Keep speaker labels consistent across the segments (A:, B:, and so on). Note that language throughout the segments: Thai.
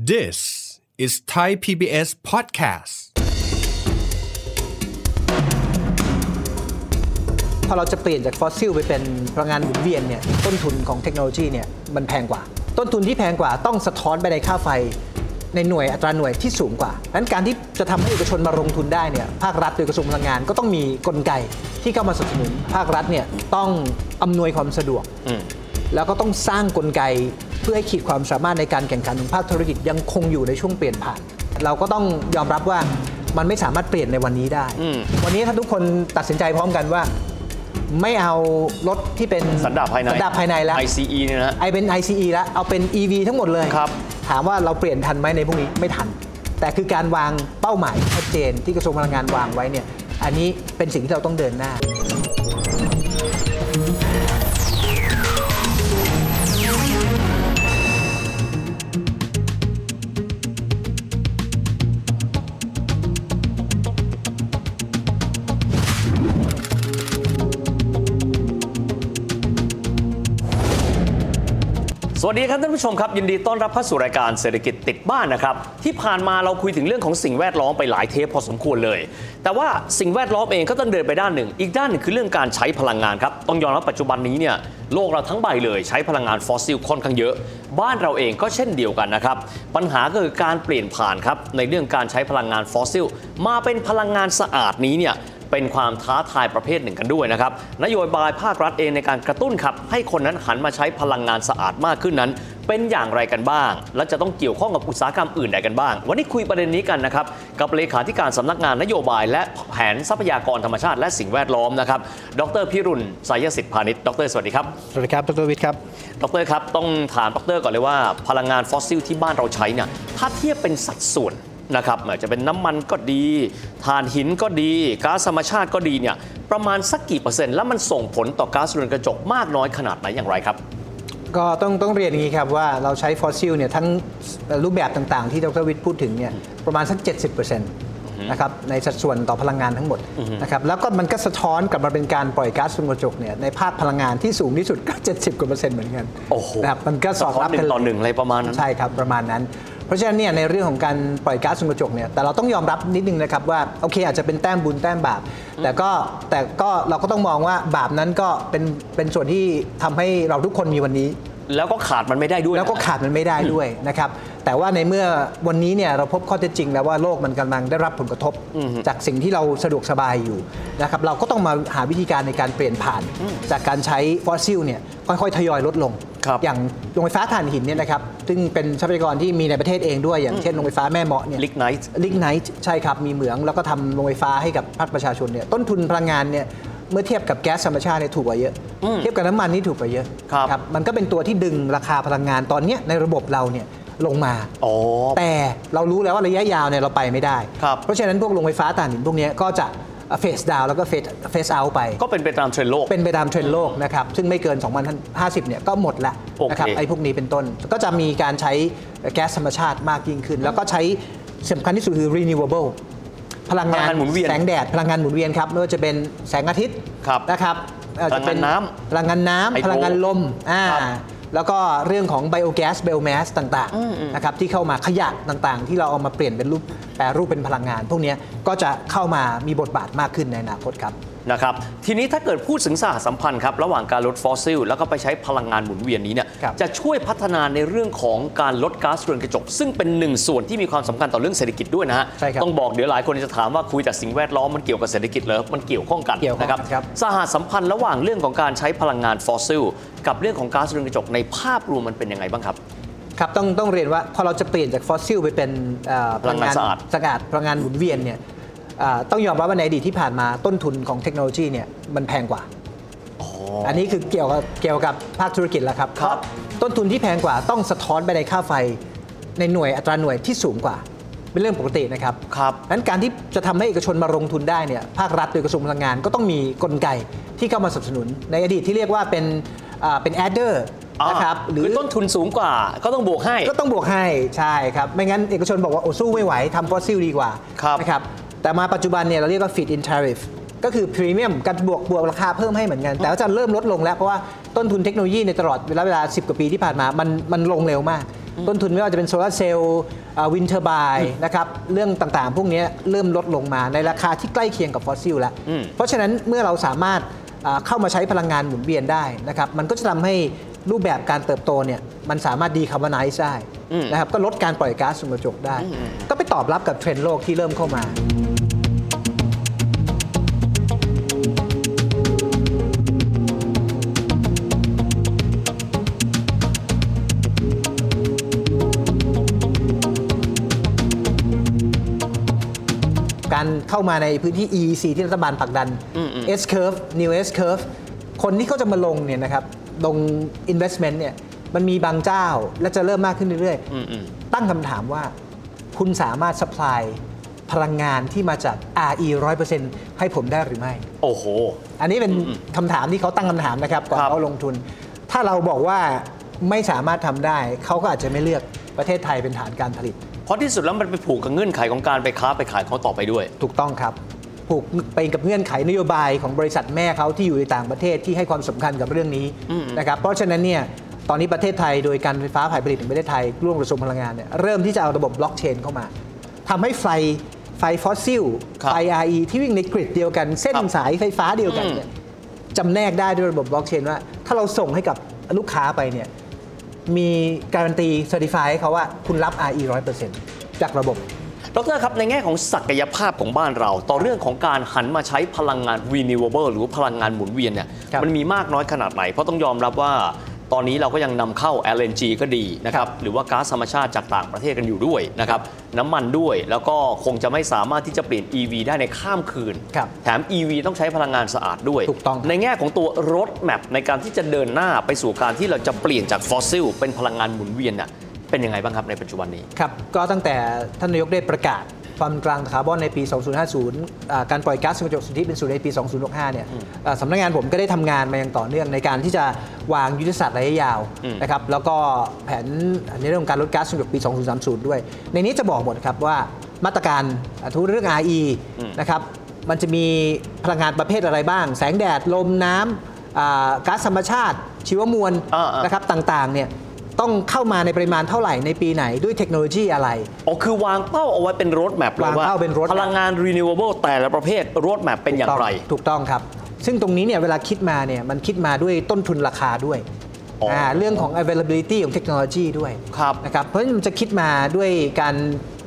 A: This is Thai PBS podcast.
B: พอเราจะเปลี่ยนจากฟอสซิลไปเป็นพลังงานหมุนเวียนเนี่ยต้นทุนของเทคโนโลยีเนี่ยมันแพงกว่า ต้นทุนที่แพงกว่าต้องสะท้อนไปในค่าไฟ ในหน่วยอัตราหน่วยที่สูงกว่าดังนั้นการที่จะทำให้เอกชนมาลงทุนได้เนี่ยภาครัฐโดยกระทรวงพลังงานก็ต้องมีกลไกที่เข้ามาสนับสนุน ภาครัฐเนี่ยต้องอำนวยความสะดวก แล้วก็ต้องสร้างกลไกเพื่อให้ขีดความสามารถในการแข่งขันของภาคธุรกิจยังคงอยู่ในช่วงเปลี่ยนผ่าน เราก็ต้องยอมรับว่ามันไม่สามารถเปลี่ยนในวันนี้ได้ วันนี้ถ้าทุกคนตัดสินใจพร้อมกันว่า ไม่เอารถที่เป็น
C: สันดาปภายใน
B: สันดาปภายในแล้ว
C: ICE เนี่ยนะฮะ
B: ไอเป็น ICE แล้ว เอาเป็น EV ทั้งหมดเลย
C: ครับ
B: ถามว่าเราเปลี่ยนทันไหมในพวกนี้ไม่ทัน แต่คือการวางเป้าหมายชัดเจนที่กระทรวงพลังงานวางไว้เนี่ย อันนี้เป็นสิ่งที่เราต้องเดินหน้า
C: สวัสดีครับท่านผู้ชมครับ ยินดีต้อนรับเข้าสู่รายการเศรษฐกิจติดบ้านนะครับ ที่ผ่านมาเราคุยถึงเรื่องของสิ่งแวดล้อมไปหลายเทปพอสมควรเลย แต่ว่าสิ่งแวดล้อมเองก็ต้องเดินไปด้านหนึ่ง อีกด้านหนึ่งคือเรื่องการใช้พลังงานครับ ต้องยอมรับปัจจุบันนี้เนี่ยโลกเราทั้งใบเลยใช้พลังงานฟอสซิลค่อนข้างเยอะ บ้านเราเองก็เช่นเดียวกันนะครับปัญหาก็คือการเปลี่ยนผ่านครับในเรื่องการใช้พลังงานฟอสซิลมาเป็นพลังงานสะอาดนี้เนี่ย เป็นความท้าทายประเภทหนึ่งกันด้วยนะครับ นโยบายภาครัฐเองในการกระตุ้นครับ ให้คนนั้นหันมาใช้พลังงานสะอาดมากขึ้นนั้น เป็นอย่างไรกันบ้าง และจะต้องเกี่ยวข้องกับอุตสาหกรรมอื่นใดกันบ้าง วันนี้คุยประเด็นนี้กันนะครับ กับเลขาธิการสำนักงานนโยบาย และแผนทรัพยากรธรรมชาติและสิ่งแวดล้อมนะครับ ดรพิรุณสายสิทธิพาณิชย์ดรสวัสดีครับ
B: สวัสดีครับดรวิทย์ครับ
C: ดรครับ ต้องถามดรก่อนเลยว่า พลังงานฟอสซิลที่บ้านเราใช้เนี่ยถ้าเทียบเป็นสัดส่วนนะครับอาจจะเป็นน้ำมันก็ดีถ่านหินก็ดีก๊าซธรรมชาติก็ดีเนี่ยประมาณสักกี่เปอร์เซ็นต์ แล้วมันส่งผลต่อก๊าซเรือนกระจกมากน้อยขนาดไหนอย่างไรครับ
B: ก็ต้องต้องเรียนอย่างนี้ครับว่าเราใช้ฟอสซิลเนี่ยทั้งเอ่อรูปแบบต่างๆ ที่ดรวิทย์พูดถึงเนี่ยประมาณสัก 70%นะครับในสัดส่วนต่อพลังงานทั้งหมดนะครับแล้วก็มันก็สะท้อนกลับมาเป็นการปล่อยก๊าซเรือนกระจกเนี่ยในภาคพลังงานที่สูงที่สุดก็ 70กว่าเปอร์เซ็นต์เหมือนกัน
C: โอ้โห
B: นะครับมันก็สอดรับ
C: สะท้อนหนึ่งต่อหนึ่งอะไรประมาณนั้น
B: ใช่ครับประมาณนั้น เพราะฉะนั้นเนี่ยในเรื่องของการปล่อยก๊าซเรือนกระจกเนี่ยแต่เราต้องยอมรับนิดนึงนะครับว่าโอเคอาจจะเป็นแต้มบุญแต้มบาป แต่ก็แต่ก็เราก็ต้องมองว่าบาปนั้นก็เป็นเป็นส่วนที่ทำให้เราทุกคนมีวันนี้
C: แล้วก็ขาดมันไม่ได้ด้วยนะ
B: แล้วก็ขาดมันไม่ได้ด้วย นะครับ แต่ว่าในเมื่อวันนี้เนี่ยเราพบข้อเท็จจริงแล้วว่าโลกมันกำลังได้รับผลกระทบ จากสิ่งที่เราสะดวกสบายอยู่นะครับเราก็ต้องมาหาวิธีการในการเปลี่ยนผ่าน จากการใช้ฟอสซิลเนี่ยค่อยๆ ทยอยลดลง
C: ครับ
B: อย่างโรงไฟฟ้าถ่านหินเนี่ยนะครับซึ่งเป็นทรัพยากรที่มีในประเทศเองด้วยอย่างเช่นโรงไฟฟ้าแม่เมาะเนี่ย
C: ลิกไนท์
B: ลิกไนท์ใช่ครับ มีเหมืองแล้วก็ทำโรงไฟฟ้าให้กับภาคประชาชนเนี่ยต้นทุนพลังงานเนี่ยเมื่อเทียบกับแก๊สธรรมชาติเนี่ยถูกกว่าเยอะ เทียบกับน้ำมันนี่ถูกกว่าเยอะ
C: ครับ
B: มันก็เป็นตัวที่ดึงราคาพลังงานตอนเนี้ยในระบบเราเนี่ยลงมา
C: อ๋อ
B: แต่เรารู้แล้วว่าระยะยาวเนี่ยเราไปไม่ได้
C: ครับ
B: เพราะฉะนั้นพวกโรงไฟฟ้าถ่านหินพวกเนี้ยก็จะเฟสดาวแล้วก็เฟสเฟสเอาไป
C: ก็เป็นไปตามเทรนด์โลก
B: เป็นไปตามเทรนด์โลกนะครับ ซึ่งไม่เกิน 2050 เนี่ยก็หมดละ
C: โอเค
B: นะครัไอ้พวกนี้เป็นต้น ก็จะมีการใช้แก๊สธรรมชาติมากยิ่งขึ้น แล้วก็ใช้สำคัญที่สุดคือ renewable พลังงาน
C: พลังงานหมุนเวียน
B: แสงแดด พลังงานหมุนเวียนครับ ไม่ว่าจะเป็นแสงอาทิตย์
C: ครับ
B: นะครับเอ่อจะเป็
C: พลังงานน้
B: พลังงานน้ำ
C: Hydro
B: พลังงานลมอ่า
C: ครับ
B: แล้วก็เรื่องของไบโอแก๊สเบลแมสต่างๆนะครับที่เข้ามาขยะต่างๆ ที่เราเอามาเปลี่ยนเป็นรูปแปรรูปเป็นพลังงาน พวกเนี้ยก็จะเข้ามามีบทบาทมากขึ้นในอนาคตครับ
C: นะครับทีนี้ถ้าเกิดพูดถึงสหสัมพันธ์ครับระหว่างการลดฟอสซิลแล้วก็ไปใช้พลังงานหมุนเวียนนี้เนี่ย
B: ครับ
C: จะช่วยพัฒนาในเรื่องของการลดก๊าซเรือนกระจก ซึ่งเป็นหนึ่งส่วนที่มีความสำคัญต่อเรื่องเศรษฐกิจด้วยนะฮะ
B: ใช่ครับ
C: ต้องบอกเดี๋ยวหลายคนจะถามว่าคุยแต่สิ่งแวดล้อมมันเกี่ยวกับเศรษฐกิจเหรอมันเกี่ยวข้องกัน
B: เกี่ยวข้อง
C: นะครั
B: ครับ
C: สหสัมพันธ์ระหว่างเรื่องของการใช้พลังงานฟอสซิลกับเรื่องของก๊าซเรือนกระจกในภาพรวมมันเป็นยังไงบ้างครับ
B: ครับต้องต้องเรียนว่าพอเราจะเปลี่ยนจากฟอสซิลไปเป็นเอ่อ
C: พลังงานสะอาด
B: สะอาดพลังงานหมุนเวียนเนี่ยเอ่อต้องยอมรับว่าในอดีตที่ผ่านมาต้นทุนของเทคโนโลยีเนี่ยมันแพงกว่า อันนี้คือเกี่ยวกับเกี่ยวกับภาคธุรกิจแล้วครับ
C: ครับ
B: เพาะต้นทุนที่แพงกว่าต้องสะท้อนไปในค่าไฟในหน่วยอัตราหน่วยที่สูงกว่า เป็นเรื่องปกตินะครับ
C: ครับ
B: นั้นการที่จะทำให้เอกชนมาลงทุนได้เนี่ยภาครัฐโดยกระทรวงพลังงานก็ต้องมีกลไกที่เข้ามาสนับสนุน ในอดีตที่เรียกว่าเป็นอ่าเป็นแอดเดอร์
C: า
B: นะครับหรือ
C: คือต้นทุนสูงกว่าก็ต้องบวกให้
B: ก็ต้องบวกให้ใช่ครับ ไม่งั้นเอกชนบอกว่า โอ้สู้ไม่ไหวทำฟอสซิลดีกว่า
C: ครับ
B: นะครับแต่มาปัจจุบันเนี่ยเราเรียกว่า feed in tariff ก็คือพรีเมียมการบวกบวกราคาเพิ่มให้เหมือนกัน แต่ว่าจะเริ่มลดลงแล้ว เพราะว่าต้นทุนเทคโนโลยีในตลอดเวลาเวลา 10 กว่าปีที่ผ่านมามันมันลงเร็วมาก ต้นทุนไม่ว่าจะเป็นโซลาร์เซลล์วินเทอร์บายนะครับเรื่องต่างๆ พวกเนี้ยเริ่มลดลงมาในราคาที่ใกล้เคียงกับฟอสซิลแล้ว
C: อืม
B: เพราะฉะนั้นเมื่อเราสามารถอ่าเข้ามาใช้พลังงานหมุนเวียนได้นะครับมันก็จะทำให้รูปแบบการเติบโตเนี่ยมันสามารถดีคาร์บอนไนซ์ได้นะครับก็ลดการปล่อยก๊าซสุนทรกจกได้ ก็ไปตอบรับกับเทรนด์โลกที่เริ่มเข้ามา การเข้ามาในพื้นที่ EEC ที่รัฐบาลผลักดัน S curve new S curve คนที่เขาจะมาลงเนี่ยนะครับ ลง investment เนี่ย มันมีบางเจ้าและจะเริ่มมากขึ้นเรื่อยๆ ตั้งคำถามว่าคุณสามารถ supply พลังงานที่มาจาก RE 100%ให้ผมได้หรือไม่
C: โอ้โห
B: อันนี้เป็นคำถามที่เขาตั้งคำถามนะครับก่อน
C: ครับ
B: เขาลงทุน ถ้าเราบอกว่าไม่สามารถทำได้ เขาก็อาจจะไม่เลือกประเทศไทยเป็นฐานการผลิต
C: เพราะที่สุดแล้วมันไปผูกกับเงื่อนไขของการไปค้าไปขายเขาต่อไปด้วย
B: ถูกต้องครับ ผูกไปกับเงื่อนไขนโยบายของบริษัทแม่เขาที่อยู่ในต่างประเทศที่ให้ความสำคัญกับเรื่องนี้นะครับ เพราะฉะนั้นเนี่ยตอนนี้ประเทศไทยโดยการไฟฟ้าฝ่ายผลิตแห่งประเทศไทยร่วมกระทรวงพลังงานเนี่ยเริ่มที่จะเอาระบบบล็อกเชนเข้ามาทำให้ไฟไฟฟอสซิล
C: ครับ
B: ไฟ RE ที่วิ่งในกริดเดียวกัน เส้น
C: ครับ
B: สายไฟฟ้าเดียวกันเนี่ยจำแนกได้ด้วยระบบบล็อกเชนว่า ถ้าเราส่งให้กับลูกค้าไปเนี่ยมีการันตีเซอร์ติฟายให้เขาว่าคุณรับ RE 100%จากระบบ
C: ดรครับในแง่ของศักยภาพของบ้านเรา ต่อเรื่องของการหันมาใช้พลังงาน renewable หรือว่าพลังงานหมุนเวียนเนี่ย
B: ครับ
C: มันมีมากน้อยขนาดไหน เพราะต้องยอมรับว่า ตอนนี้เราก็ยังนำเข้า LNG ก็ดีนะครับหรือว่าก๊าซธรรมชาติจากต่างประเทศกันอยู่ด้วยนะครับน้ำมันด้วยแล้วก็คงจะไม่สามารถที่จะเปลี่ยน EV ได้ในข้ามคืน
B: ครับ
C: แถม EV ต้องใช้พลังงานสะอาดด้วย
B: ถูกต้อง
C: ในแง่ของตัวรถแมพในการที่จะเดินหน้าไปสู่การที่เราจะเปลี่ยนจากฟอสซิลเป็นพลังงานหมุนเวียนน่ะเป็นยังไงบ้างครับในปัจจุบันนี้
B: ครับ ก็ตั้งแต่ท่านนายกได้ประกาศความกลางคาร์บอนในปี 2050อ่าการปล่อยก๊าซเรือนกระจกสุทธิเป็นศูนย์ในปี 2065 เนี่ยอ่าสำนักงานผมก็ได้ทำงานมาอย่างต่อเนื่องในการที่จะวางยุทธศาสตร์ระยะยาวนะครับ แล้วก็แผนในเรื่องของการลดก๊าซเรือนกระจกปี 2030 ด้วย ในนี้จะบอกหมดครับว่ามาตรการอ่าทุกเรื่อง RE นะครับ มันจะมีพลังงานประเภทอะไรบ้าง แสงแดด ลม น้ำอ่าก๊าซธรรมชาติ ชีวมวล
C: อ่าๆ
B: นะครับ ต่างๆ เนี่ยต้องเข้ามาในปริมาณเท่าไหร่ในปีไหนด้วยเทคโนโลยีอะไร
C: อ๋อคือวางเป้าเอาไว้เป็นรถแมพเลยว
B: าง
C: ว่า
B: เป้าเป็น roadmap
C: พลังงาน renewable แต่ละประเภทรถแมพเป็นอย่างไร
B: ถูกต้องครับ ซึ่งตรงนี้เนี่ยเวลาคิดมาเนี่ยมันคิดมาด้วยต้นทุนราคาด้วย
C: อ๋ออ่
B: าเรื่องของ availability ของเทคโนโลยีด้วย
C: ครับ
B: นะครับ เพราะฉะนั้นมันจะคิดมาด้วยการ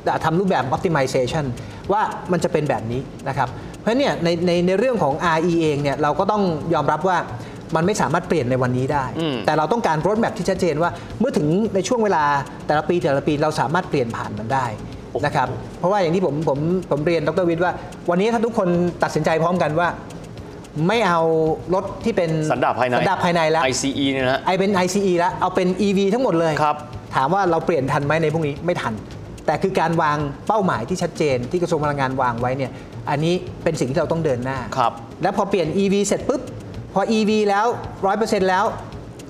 B: อ่าทำรูปแบบ optimization ว่ามันจะเป็นแบบนี้นะครับ เพราะฉะนั้นเนี่ยในในในเรื่องของ RE เองเนี่ยเราก็ต้องยอมรับว่ามันไม่สามารถเปลี่ยนในวันนี้ได้
C: อืม
B: แต่เราต้องการรถแมพที่ชัดเจนว่าเมื่อถึงในช่วงเวลาแต่ละปีแต่ละปีเราสามารถเปลี่ยนผ่านมันได้นะครับ เพราะว่าอย่างที่ผมผมผมเรียนดรวิทย์ว่า วันนี้ถ้าทุกคนตัดสินใจพร้อมกันว่า ไม่เอารถที่เป็น
C: สันดาปภายใน
B: สันดาปภายในแล้ว
C: ICE เนี่ยนะฮะ
B: ไอเป็น ICE แล้วเอาเป็น EV ทั้งหมดเลย
C: ครับ
B: ถามว่าเราเปลี่ยนทันไหมในพวกนี้ไม่ทัน แต่คือการวางเป้าหมายที่ชัดเจนที่กระทรวงพลังงานวางไว้เนี่ยอันนี้เป็นสิ่งที่เราต้องเดินหน้า
C: ครับ
B: แล้วพอเปลี่ยน EV เสร็จปุ๊บ พอ EV แล้ว 100%แล้ว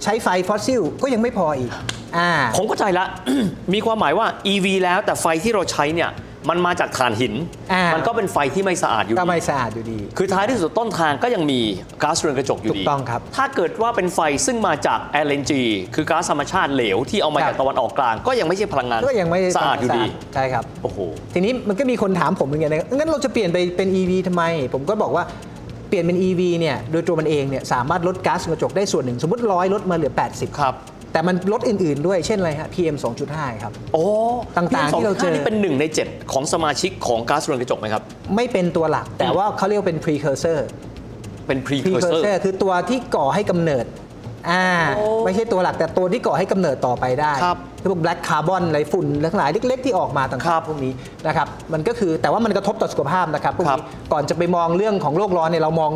B: ใช้ไฟฟอสซิลก็ยังไม่พออีกอ่า
C: ผมเข้าใจละ มีความหมายว่า EV แล้วแต่ไฟที่เราใช้เนี่ย มันมาจากถ่านหิน
B: อ่ามั
C: มันก็เป็นไฟที่ไม่สะอาดอยู่
B: ก็ไม่
C: ดี
B: สะอาดอยู่ดี
C: คือท้ายที่สุดต้นทางก็ยังมีก๊าซเรือนกระจกอยู่
B: ถู
C: ดี
B: กต้องครับ
C: ถ้าเกิดว่าเป็นไฟซึ่งมาจาก LNG คือก๊าซธรรมชาติเหลวที่เอามา
B: ครับ
C: จากตะวันออกกลาง ก็ยังไม่ใช่พลังงาน
B: ก็ยังไม่
C: สะอาดอยู่ดี
B: ใช่ครับ
C: โอ้โห
B: ทีนี้มันก็มีคนถามผมเหมือนกันนะงั้นเราจะเปลี่ยนไปเป็น EV ทำไม ผมก็บอกว่าเปลี่ยนเป็น EV เนี่ยโดยตัวมันเองเนี่ยสามารถลดก๊าซเรือนกระจกได้ส่วนหนึ่ง สมมติร้อยลดมาเหลือ 80
C: ครับ
B: แต่มันลดอื่นๆด้วยเช่นอะไรฮะ PM 2.5 ครับ
C: โอ้
B: ต่างๆที่เราเจอ
C: นี่เป็นหนึ่งในเจ็ดของสมาชิกของก๊าซเรือนกระจกไหมครับ
B: ไม่เป็นตัวหลัก แต่ว่าเขาเรียกว่าเป็น precursor
C: เป็น precursor
B: precursor คือตัวที่ก่อให้กำเนิดอ่า
C: โอ้
B: ไม่ใช่ตัวหลักแต่ตัวที่ก่อให้กำเนิดต่อไปได้
C: ครับ
B: คือพวก black carbon อะไรฝุ่นทั้งหลายเล็ก ๆ ที่ออกมาต่าง
C: ครั
B: ๆ
C: บ
B: พวกนี้นะครับมันก็คือแต่ว่ามันกระทบต่อสุขภาพนะครับพวก
C: ครับ
B: นี้ก่อนจะไปมองเรื่องของโลกร้อนเนี่ยเรามอง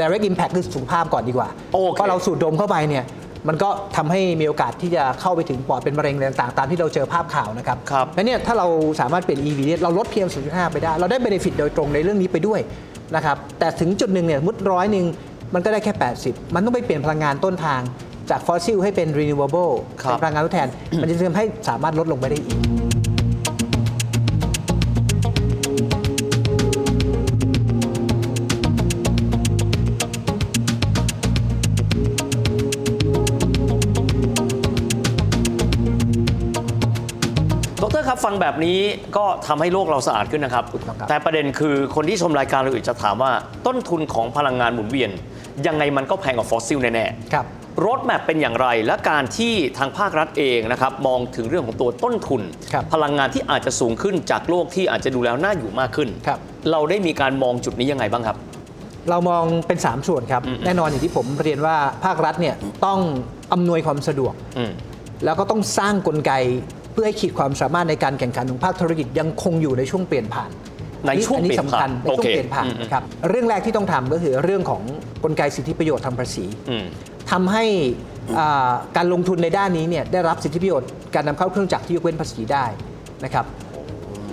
B: direct impact คือสุขภาพก่อนดีกว่า
C: โอเค
B: เพราะเราสูดดมเข้าไปเนี่ยมันก็ทำให้มีโอกาสที่จะเข้าไปถึงปอดเป็นมะเร็งอะไรต่างๆตามที่เราเจอภาพข่าวนะครับ
C: ครับ
B: แล้วเนี่ยถ้าเราสามารถเปลี่ยน EV เนี่ยเราลด PM 2.5 ไปได้ เราได้เบนฟิตโดยตรงในเรื่องนี้ไปด้วยนะครับแต่ถึงจุดหนึ่งเนี่ยสมมุดร้อยหนึ่งมันก็ได้แค่ 80 มันต้องไปเปลี่ยนพลังงานต้นทางจากฟอสซิลให้เป็น renewable
C: ครับ
B: เป็นพลังงานทดแทน มันจะทำให้สามารถลดลงไปได้อีก
C: ฟังแบบนี้ก็ทำให้โลกเราสะอาดขึ้นนะครับ
B: ถูกต้องครับ
C: แต่ประเด็นคือคนที่ชมรายการเราอื่นจะถามว่าต้นทุนของพลังงานหมุนเวียน ยังไงมันก็แพงกว่าฟอสซิลแน่ๆ
B: ครับ
C: รถแมพเป็นอย่างไรและการที่ทางภาครัฐเองนะครับมองถึงเรื่องของตัวต้นทุน
B: ครับ
C: พลังงานที่อาจจะสูงขึ้นจากโลกที่อาจจะดูแล้วน่าอยู่มากขึ้น
B: ครับ
C: เราได้มีการมองจุดนี้ยังไงบ้างครับ
B: เรามองเป็น 3 ส่วนครับ แน่นอนอย่างที่ผมเรียนว่าภาครัฐเนี่ยต้องอำนวยความสะดวก
C: อืม
B: แล้วก็ต้องสร้างกลไกเพื่อให้ขีดความสามารถในการแข่งขันของภาคธุรกิจยังคงอยู่ในช่วงเปลี่ยนผ่าน
C: ในช่วง
B: อันนี้สำคัญในช่วง
C: เปลี่ยนผ่านโอเค
B: เปลี่ยนผ่าน
C: อืม
B: นะครับเรื่องแรกที่ต้องทำก็คือเรื่องของกลไกสิทธิประโยชน์ทางภาษี
C: อืม
B: ทำให้อ่าการลงทุนในด้านนี้เนี่ยได้รับสิทธิประโยชน์การนำเข้าเครื่องจักรที่ยกเว้นภาษีได้นะครับ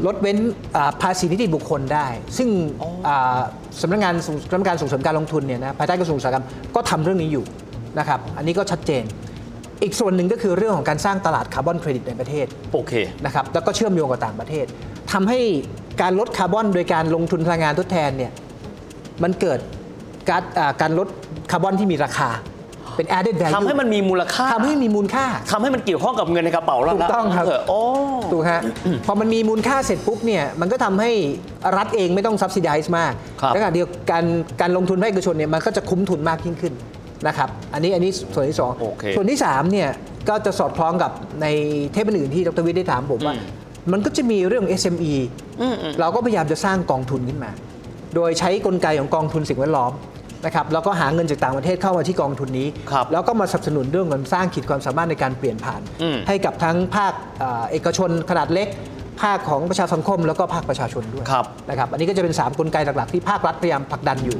B: ลดเว้นอ่าภาษีนิติบุคคลได้ ซึ่งาสำนักงานส่งสำนักงานส่งเสริมการลงทุนเนี่ยนะภายใต้กระทรวงอุตสาหกรรมก็ทำเรื่องนี้อยู่นะครับ อันนี้ก็ชัดเจน อีกส่วนหนึ่งก็คือเรื่องของการสร้างตลาดคาร์บอนเครดิตในประเทศ
C: โอเค
B: นะครับแล้วก็เชื่อมโยงกับต่างประเทศทำให้การลดคาร์บอนโดยการลงทุนพลังงานทดแทนเนี่ยมันเกิดการอ่าการลดคาร์บอนที่มีราคาเป็น added value
C: ทำให้มันมีมูลค่า
B: ทำให้มีมูลค่า
C: ทำให้มันเกี่ยวข้องกับเงินในกระเป๋าเรา
B: ถูกต้องครับ
C: เถะโอ้
B: ถูกฮะพอมันมีมูลค่าเสร็จปุ๊บเนี่ยมันก็ทำให้รัฐเองไม่ต้อง subsidize มาก
C: ครับ
B: แล้วขณะเดียวกันการลงทุนให้เอกชนเนี่ยมันก็จะคุ้มทุนมากยิ่งขึ้นนะครับอันนี้อันนี้ส่วนที่สอง
C: โอเค
B: ส่วนที่สามเนี่ยก็จะสอดคล้องกับในเทปอื่นๆที่ดรวิทย์ได้ถามผมว่า มันก็จะมีเรื่อง SME เราก็พยายามจะสร้างกองทุนขึ้นมา โดยใช้กลไกของกองทุนสิ่งแวดล้อมนะครับแล้วก็หาเงินจากต่างประเทศเข้ามาที่กองทุนนี้
C: ครับ
B: แล้วก็มาสนับสนุนเรื่องการสร้างขีดความสามารถในการเปลี่ยนผ่าน
C: อืม
B: ให้กับทั้งภาคเอ่อเอกชนขนาดเล็ก ภาคของประชาสังคม แล้วก็ภาคประชาชนด้วย
C: ครับ
B: นะครับ อันนี้ก็จะเป็น 3 กลไกหลักๆ ที่ภาครัฐพยายามผลักดันอยู่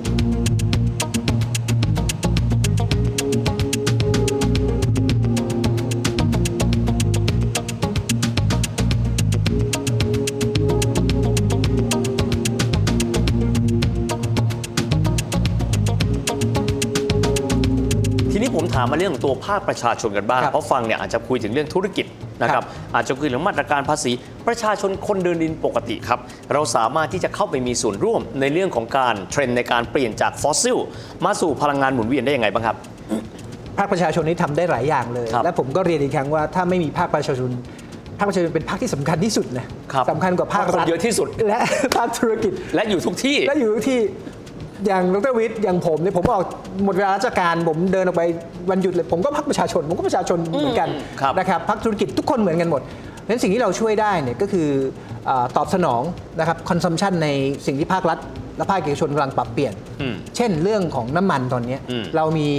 C: ทีนี้ผมถามมาเรื่องของตัวภาคประชาชนกันบ้าง
B: ครับ
C: เพราะฟังเนี่ยอาจจะคุยถึงเรื่องธุรกิจนะครับ อาจจะคุยถึงมาตรการภาษี ประชาชนคนเดินดินปกติครับ เราสามารถที่จะเข้าไปมีส่วนร่วมในเรื่องของการเทรนด์ในการเปลี่ยนจากฟอสซิล มาสู่พลังงานหมุนเวียนได้ยังไงบ้างครับ
B: ภาคประชาชนนี้ทำได้หลายอย่างเลย
C: ครับ
B: และผมก็เรียนอีกครั้งว่าถ้าไม่มีภาคประชาชน ภาคประชาชนเป็นภาคที่สำคัญที่สุดนะครับ สำคัญกว่าภาค
C: เพราะคน
B: รัฐ
C: เยอะที่สุด
B: และ ภาคธุรกิจ
C: และอยู่ทุกที่
B: และอยู่ที่อย่างดรวิทย์อย่างผมเนี่ยผมออกหมดเวลาราชการ ผมเดินออกไปวันหยุดเลยผมก็พักประชาชน ผมก็ประชาชนเหมือนกัน
C: ครับ
B: นะครับพักธุรกิจทุกคนเหมือนกันหมดเพราะฉะนั้นสิ่งที่เราช่วยได้เนี่ยก็คือเออตอบสนองนะครับคอนซัมชันในสิ่งที่ภาครัฐ และภาคเอกชนกำลังปรับเปลี่ยน เช่นเรื่องของน้ำมันตอนเนี้ยเรามี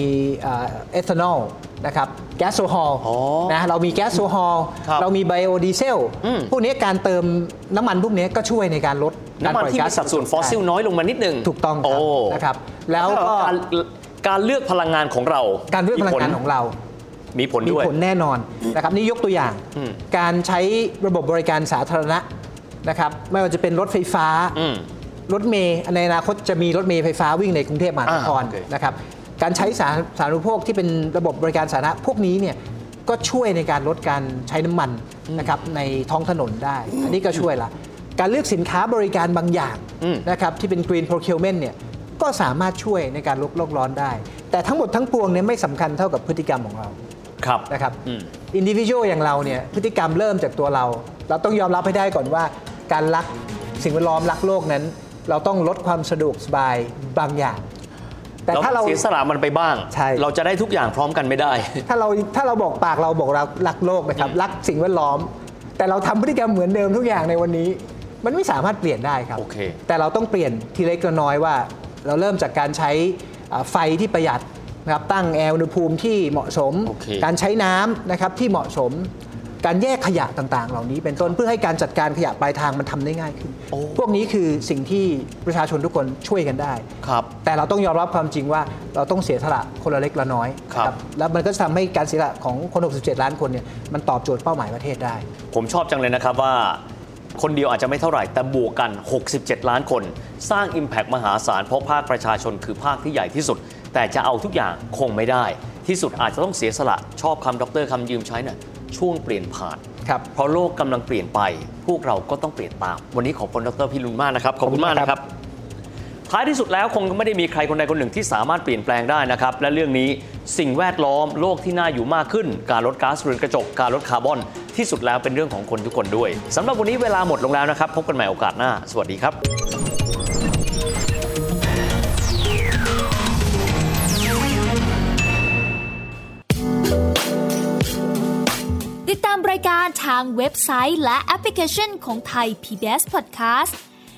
B: เอทานอลนะครับแก๊สโซฮอล
C: อ๋อ
B: นะเรามีแก๊สโซฮอล
C: ครับ
B: เรามีไบโอดีเซล
C: อืม
B: พวกนี้การเติมน้ำมันพวกนี้ก็ช่วยในการลดการ
C: น้ำมัน
B: ปล่อย
C: ที่
B: ก๊
C: มี
B: ส
C: สัดส่วนฟอสซิลน้อยลงมานิดนึง
B: ถูกต้องครับ
C: โ
B: นะครับแล้วก็
C: ารการเลือกพลังงานของเรา
B: การเลือกพลังงาน
C: มีผ
B: ของเรา
C: มีผล
B: มี
C: ด้วย
B: ผลแน่นอนนะครับนี่ยกตัวอย่าง
C: อืม
B: การใช้ระบบบริการสาธารณะนะครับไม่ว่าจะเป็นรถไฟฟ้า
C: อืม
B: รถเมย์ในอนาคตจะมีรถเมย์ไฟฟ้าวิ่งในกรุงเทพมหานคร
C: อ่าโอเค
B: นะครับการใช้สาสาธารณูปโภคที่เป็นระบบบริการสาธารณะพวกนี้เนี่ยก็ช่วยในการลดการใช้น้ำมันนะครับในท้องถนนได้ อันนี้ก็ช่วยละการเลือกสินค้าบริการบางอย่าง
C: อืม
B: นะครับที่เป็น green procurement เนี่ยก็สามารถช่วยในการลดโลกร้อนได้ แต่ทั้งหมดทั้งปวงเนี่ยไม่สำคัญเท่ากับพฤติกรรมของเรา
C: ครับ
B: นะครับ
C: อืม
B: อินดิวิชวลอย่างเราเนี่ยพฤติกรรมเริ่มจากตัวเรา เราต้องยอมรับให้ได้ก่อนว่า การรักสิ่งแวดล้อมรักโลกนั้น เราต้องลดความสะดวกสบายบางอย่าง แต่ถ้าเรา
C: เสียสละมันไปบ้าง
B: ใช่
C: เราจะได้ทุกอย่างพร้อมกันไม่ได้
B: ถ้าเราถ้าเราบอกปากเราบอกเรารักโลกนะครับรักสิ่งแวดล้อม แต่เราทำพฤติกรรมเหมือนเดิมทุกอย่างในวันนี้ มันไม่สามารถเปลี่ยนได้ครับ
C: โอเค
B: แต่เราต้องเปลี่ยนทีเล็กละน้อยว่า เราเริ่มจากการใช้อ่าไฟที่ประหยัดนะครับตั้งแอร์อุณหภูมิที่เหมาะสม
C: โอเค
B: การใช้น้ำนะครับที่เหมาะสม การแยกขยะต่างๆ เหล่านี้ เป็นต้นเพื่อให้การจัดการขยะปลายทางมันทำได้ง่ายขึ้น
C: โอ้
B: พวกนี้คือสิ่งที่ประชาชนทุกคนช่วยกันได้
C: ครับ
B: แต่เราต้องยอมรับความจริงว่าเราต้องเสียสละคนละเล็กละน้อย
C: ครับ
B: นะแล้วมันก็จะทำให้การเสียสละของคน 67 ล้านคนเนี่ยมันตอบโจทย์เป้าหมายประเทศได้
C: ผมชอบจังเลยนะครับว่า คนเดียวอาจจะไม่เท่าไหร่ แต่บวกกัน 67 ล้านคน สร้าง Impact มหาศาล เพราะภาคประชาชนคือภาคที่ใหญ่ที่สุด แต่จะเอาทุกอย่างคงไม่ได้ ที่สุดอาจจะต้องเสียสละชอบคำดรคำยืมใช้น่ะช่วงเปลี่ยนผ่าน
B: ครับ
C: เพราะโลกกำลังเปลี่ยนไป พวกเราก็ต้องเปลี่ยนตาม วันนี้ขอบคุณดรพิรุณมากนะครับ ขอบคุณมากนะครับ ท้ายที่สุดแล้วคงไม่ได้มีใครคนใดคนหนึ่งที่สามารถเปลี่ยนแปลงได้นะครับ และเรื่องนี้ สิ่งแวดล้อมโลกที่น่าอยู่มากขึ้น การลดก๊าซเรือนกระจก การลดคาร์บอน ที่สุดแล้วเป็นเรื่องของคนทุกคนด้วยสำหรับวันนี้เวลาหมดลงแล้วนะครับ พบกันใหม่โอกาสหน้า สวัสดีครับ
D: ติดตามรายการทางเว็บไซต์และแอปพลิเคชันของไทย PBS Podcast